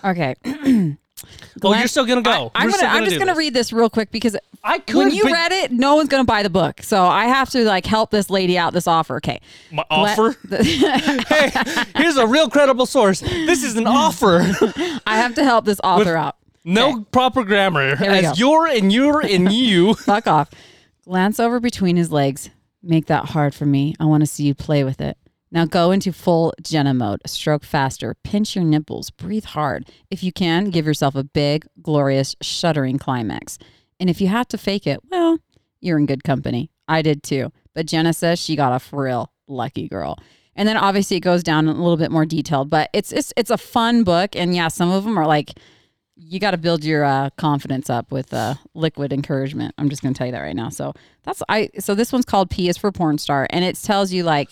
Okay.
well,
Glenn-
you're still gonna go.
I'm
We're
gonna,
still
I'm just
do
gonna
this.
read this real quick because
I could.
when you
but
read it, no one's gonna buy the book. So I have to like help this lady out. This offer, okay?
my
Let-
offer, hey, here's a real credible source. This is an offer.
I have to help this author out.
No proper grammar.
we
As
go.
you're and you're and you.
Fuck off. Glance over between his legs. Make that hard for me. I want to see you play with it. Now go into full Jenna mode. Stroke faster. Pinch your nipples. Breathe hard. If you can, give yourself a big, glorious, shuddering climax. And if you have to fake it, well, you're in good company. I did too. But Jenna says she got off real lucky girl. And then obviously it goes down a little bit more detailed, but it's it's it's a fun book. And yeah, some of them are like you got to build your uh, confidence up with uh, liquid encouragement. I'm just going to tell you that right now. So that's I. So this one's called P is for porn star, and it tells you like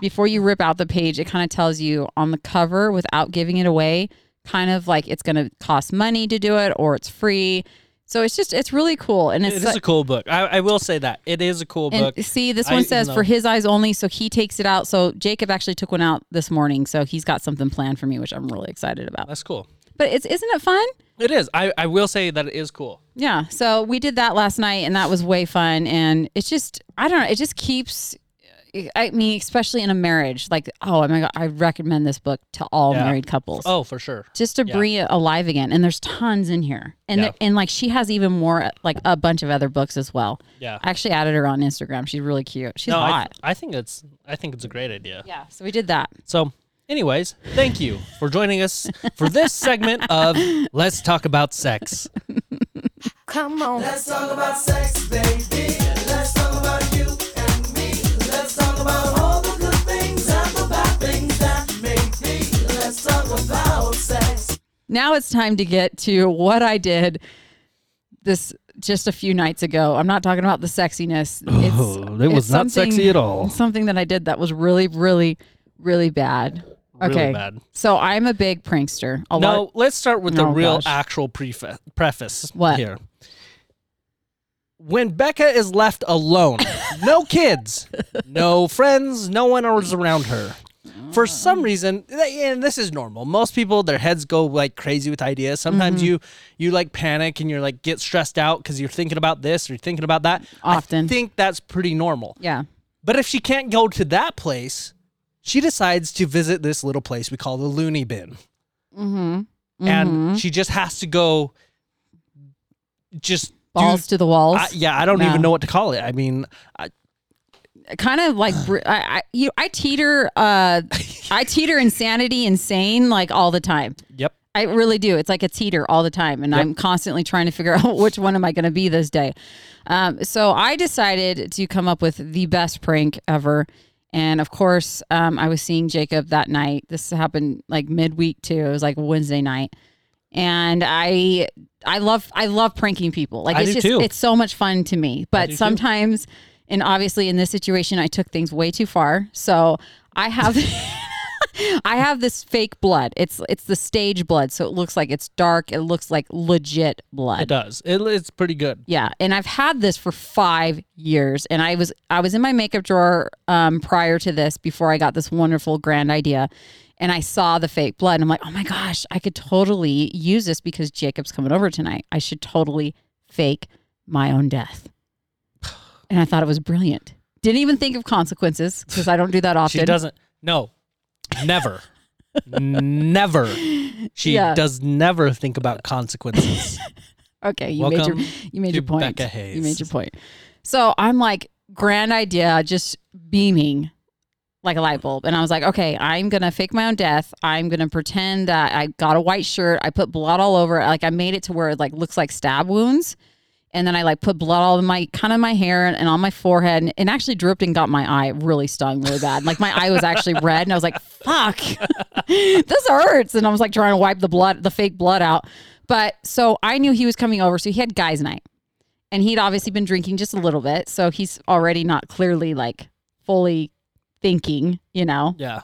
before you rip out the page, it kind of tells you on the cover without giving it away, kind of like it's going to cost money to do it or it's free. So it's just it's really cool, and it's
It
su-
is a cool book. I, I will say that it is a cool
and
book.
see, this
I
one
didn't
says
know.
for his eyes only, so he takes it out. So Jacob actually took one out this morning, so he's got something planned for me, which I'm really excited about.
That's cool.
But it's isn't it fun?
It is. I, I will say that it is cool.
Yeah. So we did that last night and that was way fun. And it's just, I don't know, it just keeps, I mean, especially in a marriage, like, oh my God, I recommend this book to all
Yeah.
married couples.
Oh, for sure.
Just to
yeah.
bring it alive again, and there's tons in here, and
Yeah.
and like she has even more, like a bunch of other books as well.
Yeah.
I actually added her on Instagram. She's really cute. She's
no, I,
hot.
I think it's I think it's a great idea.
yeah. So we did that.
So, anyways, thank you for joining us for this segment of Let's Talk About Sex.
Come on.
Let's talk about sex, baby. Let's talk about you and me. Let's talk about all the good things and the bad things that make me. Let's talk about sex.
Now it's time to get to what I did this just a few nights ago. I'm not talking about the sexiness.
Oh, it was not
something-
sexy at all.
Something that I did that was really, really, really bad.
Really
okay.
bad.
So I'm a big prankster. A
No,
lot.
let's start with the
Oh,
real
gosh.
actual prefa- preface
What?
here. When Becca is left alone, no kids, no friends, no one else around her.
Oh.
For some reason, and this is normal. Most people, their heads go like crazy with ideas. Sometimes
Mm-hmm.
you, you like panic and you're like get stressed out because you're thinking about this or you're thinking about that. I
Often.
think that's pretty normal.
Yeah.
But if she can't go to that place, she decides to visit this little place we call the loony bin. Mm-hmm. And she just has to go just
Balls
do,
to the walls.
I, yeah, I don't
No.
even know what to call it. I mean, I,
Kind of like br- I, I, you, I teeter. Uh, I teeter insanity, insane, like all the time.
yep.
I really do. It's like a teeter all the time, and I'm constantly trying to figure out which one am I going to be this day. Um, so I decided to come up with the best prank ever, And of course, um, I was seeing Jacob that night. This happened like midweek too. It was like Wednesday night. And I I love I love pranking people. Like
I
it's
do,
just
too.
it's so much fun to me.
do,
But
too.
sometimes and obviously in this situation I took things way too far. So I have I have this fake blood. It's it's the stage blood, so it looks like it's dark. It looks like legit blood.
It does. It, it's pretty good.
Yeah, and I've had this for five years, and I was I was in my makeup drawer um, prior to this before I got this wonderful grand idea, and I saw the fake blood, and I'm like, oh my gosh, I could totally use this because Jacob's coming over tonight. I should totally fake my own death, and I thought it was brilliant. Didn't even think of consequences because I don't do that often.
She doesn't. No, never, never. She
Yeah.
does never think about consequences.
Okay, you
Welcome
made your you made
to
your point.
Becca Hayes.
You made your point. So I'm like grand idea, just beaming like a light bulb, and I was like, okay, I'm gonna fake my own death. I'm gonna pretend that I got a white shirt. I put blood all over. it. Like I made it to where it like looks like stab wounds, and then I like put blood all in my kind of my hair and, and on my forehead, and, and actually dripped and got my eye really stung really bad. Like my eye was actually red, and I was like, fuck, this hurts. And I was like trying to wipe the blood, the fake blood out. But so I knew he was coming over. So he had guys' night. And he'd obviously been drinking just a little bit. So he's already not clearly like fully thinking, you know?
yeah.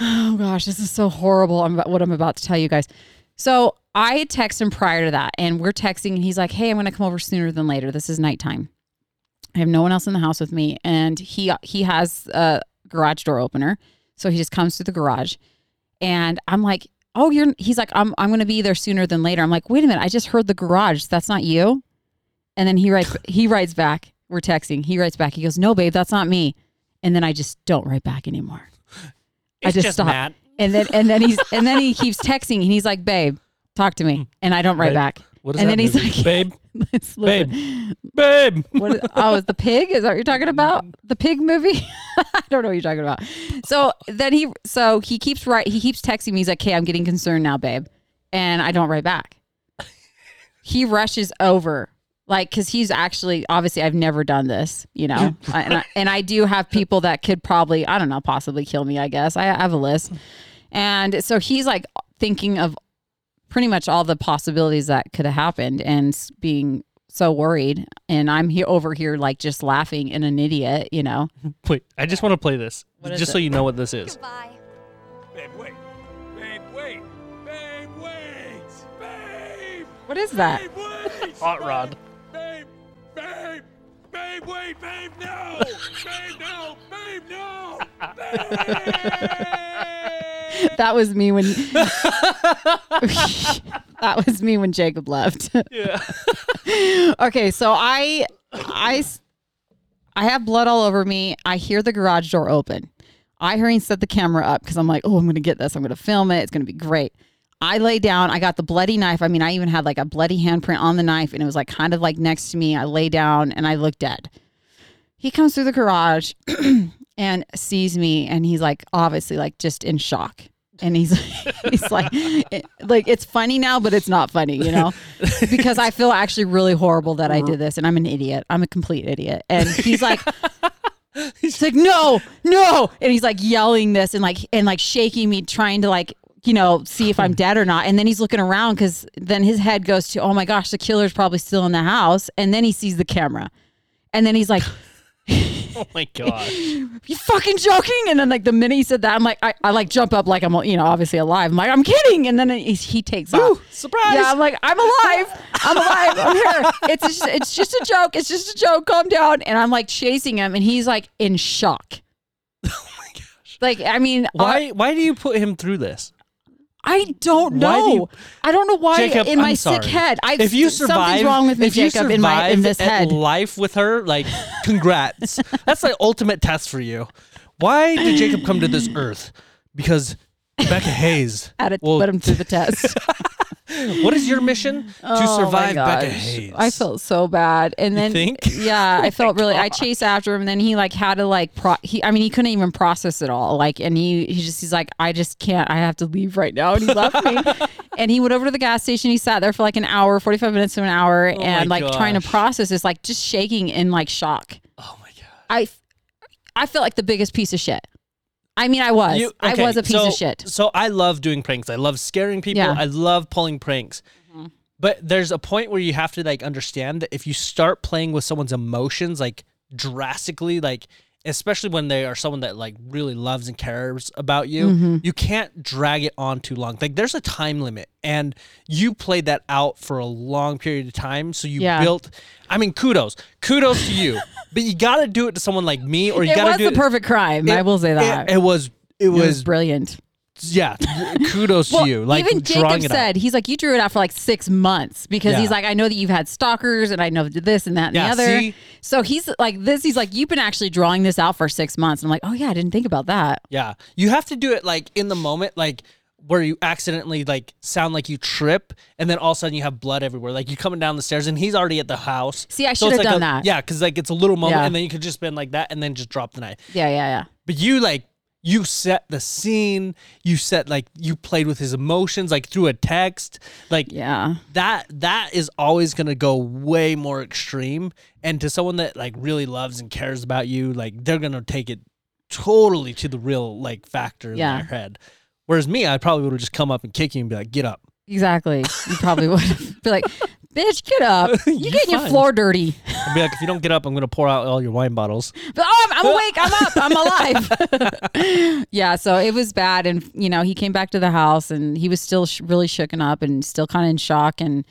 Oh gosh, this is so horrible. I'm about, what I'm about to tell you guys. So I had texted him prior to that, and we're texting, and he's like, "Hey, I'm going to come over sooner than later. This is nighttime. I have no one else in the house with me, and he he has a garage door opener, so he just comes through the garage, and I'm like." Oh, you're. He's like, I'm. I'm gonna be there sooner than later. I'm like, wait a minute. I just heard the garage. That's not you. And then he writes. He writes back. We're texting. He writes back. He goes, No, babe, that's not me. And then I just don't write back anymore. I
It's
just,
just
stop.
Matt.
And then and then he's and then he keeps texting and he's like, "Babe, talk to me." And I don't write
Babe.
back.
What is
and then
that
he's
movie?
like,
babe,
It's
babe,
literally-
babe.
What is, oh, is the pig? Is that what you're talking about? The pig movie? I don't know what you're talking about. So then he so he keeps right he keeps texting me. He's like, "Hey, I'm getting concerned now, babe," and I don't write back. He rushes over. Like, cause he's actually obviously I've never done this, you know, I- and I, and I do have people that could probably I don't know possibly kill me. I guess I have a list, and so he's like thinking of pretty much all the possibilities that could have happened and s- being so worried and i'm here over here like just laughing and an idiot you know
Wait, I just want to play this,
What is
just so you know what this is.
Goodbye.
Babe, wait. Babe, wait. Babe, wait. Babe.
what is that
Babe, wait.
Hot rod.
Babe, babe. Babe, wait. Babe, no. babe, no. Babe, no. Babe.
that was me when that was me when jacob left
Yeah.
okay so i i s- I have blood all over me i hear the garage door open i hurry and set the camera up because i'm like oh i'm gonna get this i'm gonna film it it's gonna be great i lay down i got the bloody knife i mean i even had like a bloody handprint on the knife and it was like kind of like next to me i lay down and i look dead he comes through the garage and sees me and he's like obviously like just in shock and he's he's like it- like it's funny now but it's not funny you know because i feel actually really horrible that i did this and i'm an idiot i'm a complete idiot and he's like he's like no no and he's like yelling this and like and like shaking me trying to like you know see if i'm dead or not and then he's looking around because then his head goes to oh my gosh the killer's probably still in the house and then he sees the camera and then he's like
Oh my god.
you fucking joking? And then like the minute he said that, I'm like, I, I like jump up like I'm you know obviously alive. I'm like I'm kidding, and then he, he takes off.
surprise!
Yeah, I'm like I'm alive. I'm alive. I'm here. It's just, it's just a joke. It's just a joke. Calm down. And I'm like chasing him, and he's like in shock. Like I mean, I,
Oh Why? Why do you put him through this?
I don't
Why do
know.
you-
I don't know why
Jacob,
in my
I'm
sick
sorry.
head. I
if you survive,
something's wrong with me,
if you
Jacob,
survive
in my in this
at
head.
life with her, like, congrats. That's the ultimate test for you. Why did Jacob come to this earth? Because Becca Hayes.
Had to
will-
put him through the test.
what is your mission? to
Oh my
survive Becca
gosh.
Hayes.
I felt so bad, and then
think? Oh
yeah, I felt really. I chased after him, and then he like had to like pro. He, I mean, he couldn't even process it all. Like, and he he just he's like, I just can't. I have to leave right now, and he left me. And he went over to the gas station. He sat there for like an hour, forty five minutes to an hour,
Oh my
and like trying to
gosh.
process this, like just shaking in like shock.
Oh my god.
I I feel like the biggest piece of shit. I mean, I was.
You-
I
okay,
was a piece
so-
of shit.
So I love doing pranks. I love scaring people.
Yeah. Mm-hmm.
I love pulling pranks. But there's a point where you have to like understand that if you start playing with someone's emotions like drastically, like especially when they are someone that like really loves and cares about you,
Mm-hmm.
you can't drag it on too long. Like there's a time limit and you played that out for a long period of time. So you
Yeah.
built I mean kudos. Kudos to you. But you gotta do it to someone like me or you
It
gotta
was
do
the perfect crime. I will say that.
It, it was
It
it was
brilliant.
yeah, kudos
Well,
to you. Like
even
drawing
Jacob
it
said, he's like, you drew it out for like six months because
Yeah.
he's like, I know that you've had stalkers and I know this and that and
Yeah,
the other.
see?
So he's like, this, he's like, you've been actually drawing this out for six months. And I'm like, oh yeah, I didn't think about that.
Yeah, you have to do it like in the moment, like where you accidentally like sound like you trip, and then all of a sudden you have blood everywhere. Like you're coming down the stairs, and he's already at the house.
See, I
So it's
should've
like
done
a-
that.
Yeah, because like it's a little moment,
Yeah.
and then you could just been like that, and then just drop the knife.
Yeah, yeah, yeah.
But you like you set the scene. You set like you played with his emotions, like through a text, like
Yeah.
that that is always going to go way more extreme and to someone that like really loves and cares about you like they're going to take it totally to the real like factor
Yeah.
in their head whereas me i probably would have just come up and kick you and be like get up
Exactly. You probably would be like, bitch, get up. You
You're
getting your
fine.
floor dirty.
and be like if you don't get up i'm going to pour out all your wine bottles
But oh, I'm, I'm awake. I'm up. I'm alive. yeah. So it was bad, and you know, he came back to the house, and he was still sh- really shooken up, and still kind of in shock, and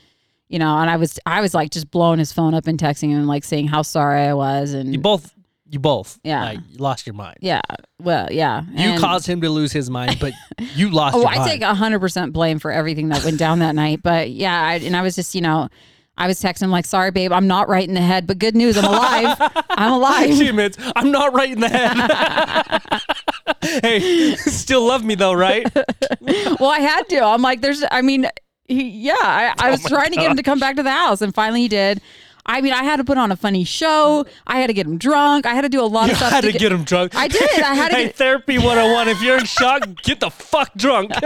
you know, and I was, I was like just blowing his phone up and texting him, like saying how sorry I was, and
you both you both
Yeah.
like lost your mind
yeah, well, yeah,
you
and-
caused him to lose his mind but you lost
Oh,
your
I
mind
take hundred percent blame for everything that went down that night. But yeah, I, and I was just, you know, I was texting him like, "Sorry, babe, I'm not right in the head, but good news, I'm alive. I'm alive."
she admits i'm not right in the head hey still love me though right
well, I had to. I'm like, there's, I mean, he, yeah, I,
Oh
I was trying to get him to come back to the house, and finally he did. I mean, I had to put on a funny show. I had to get him drunk. I had to do a lot
You
of stuff.
had to get him drunk.
I did. I had to
hey,
get-
therapy 101. If you're in shock, get the fuck drunk.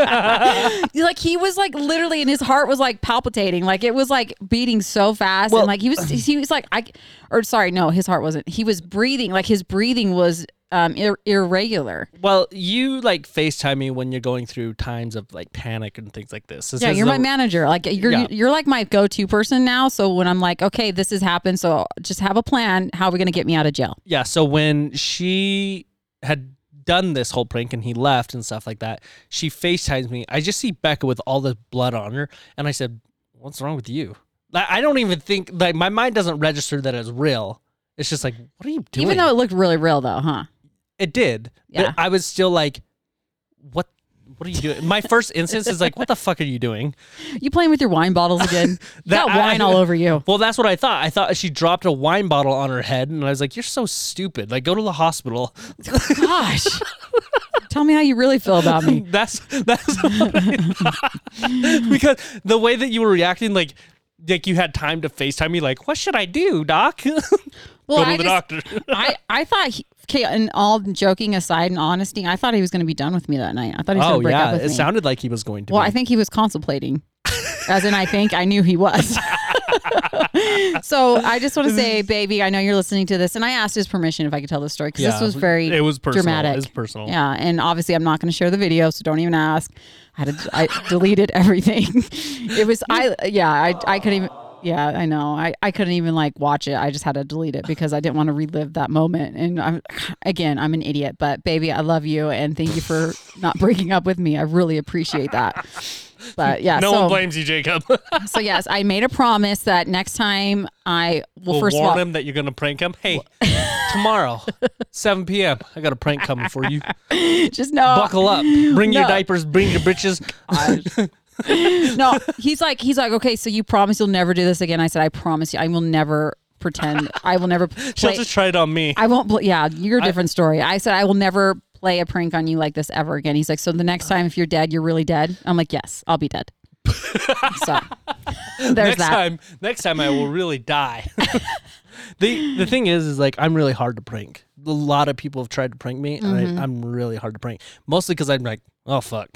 like he was like literally, and his heart was like palpitating. Like it was like beating so fast,
Well-
and like he was he was like I, or sorry, no, his heart wasn't. He was breathing. Like his breathing was um ir- irregular.
well, you like FaceTime me when you're going through times of like panic and things like this. This
Yeah,
is
you're my
the-
manager. Like you're
Yeah.
you're like my go-to person now. So when I'm like, okay, this has happened, so just have a plan. How are we gonna get me out of jail?
Yeah. So when she had done this whole prank and he left and stuff like that, she FaceTimes me. I just see Becca with all the blood on her. And I said, What's wrong with you? Like, I don't even think, like, my mind doesn't register that it's real. It's just like, What are you doing?
Even though it looked really real, though, huh?
It did.
Yeah.
But I was still like, what? What are you doing? My first instance is like, what the fuck are you doing?
You playing with your wine bottles again?
That
Got wine
I-
all over you.
Well, that's what I thought. I thought she dropped a wine bottle on her head, and I was like, you're so stupid. Like, go to the hospital.
Gosh. Tell me how you really feel about me.
that's that's what I thought. because the way that you were reacting, like. Like you had time to Facetime me, like, what should I do, Doc?
Well,
go to
I
the
just-
doctor.
I, I thought, he, okay, and all joking aside and honesty, I thought he was going to be done with me that night. I thought he was going
oh
to break up
yeah,
with
it
me.
sounded like he was going to.
well,
be.
I think he was contemplating. As in, I think I knew he was. so I just want to say, baby, I know you're listening to this, and I asked his permission if I could tell this story because this
Yeah,
was very
It was personal.
dramatic.
It was personal.
Yeah, and obviously I'm not going to share the video, so don't even ask. I had to, I deleted everything. It was I yeah I I couldn't even yeah I know I I couldn't even like watch it. I just had to delete it because I didn't want to relive that moment. And I'm again I'm an idiot, but baby I love you and thank you for not breaking up with me. I really appreciate that. But yeah,
No
so,
one blames you, Jacob.
so yes, I made a promise that next time I well,
we'll
first
warn
of all
him that you're gonna prank him. Hey, tomorrow, 7 p.m. I got a prank coming for you.
just know
Buckle up. Bring your
Oh. No.
diapers. Bring your britches.
no, he's like, he's like, okay, so you promise you'll never do this again. I said, I promise you, I will never pretend. I will never
She'll
play.
just try it on me.
I won't. Bl- yeah, you're a different story. I said, I will never play a prank on you like this ever again. He's like, so the next time if you're dead, you're really dead. I'm like, yes, I'll be dead. so there's
next
that.
time, next time I will really die. the The thing is, is like I'm really hard to prank. A lot of people have tried to prank me, and
Mm-hmm.
I, I'm really hard to prank. Mostly because I'm like, oh fuck,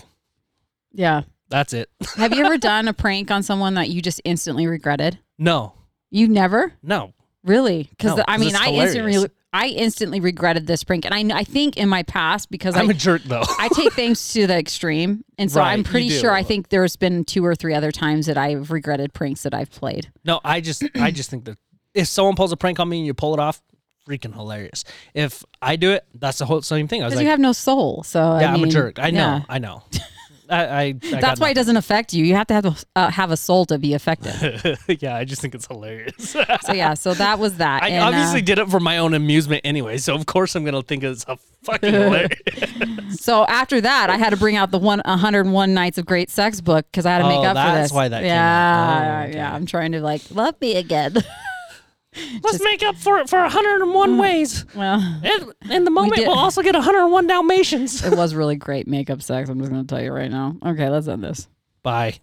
Yeah.
that's it.
Have you ever done a prank on someone that you just instantly regretted?
no,
You never
no,
really, because
No,
I
'cause
mean,
it's
I
hilarious.
instantly I instantly regretted this prank, and I kn- I think in my past because
I'm
I-
a jerk though.
I take things to the extreme, and so
Right,
I'm
you
pretty
do.
sure I think there's been two or three other times that I've regretted pranks that I've played.
No, I just I just think that if someone pulls a prank on me and you pull it off, freaking hilarious. If I do it, that's the whole same thing. I was
Because
like,
you have no soul, so I
yeah, I am a
mean,
jerk. I know,
yeah.
I know. I, I, I got
That's why it doesn't affect you. You have to have a, uh, have a soul to be effective.
nothing. yeah, I just think it's hilarious.
so yeah, so that was that.
I
And, uh,
obviously did it for my own amusement anyway, so of course I'm gonna think it's a fucking hilarious.
so after that, I had to bring out the one 101 Nights of Great Sex book because I had to make
Oh,
up for
that's
this.
why that came out.
yeah,
Oh, okay.
yeah. I'm trying to like love.
Love me again.
Let's make up for it for 101
Mm.
ways.
Well,
And in the moment,
did-
we'll also get 101 Dalmatians.
it was really great makeup sex. I'm just gonna tell you right now. Okay, let's end this.
Bye.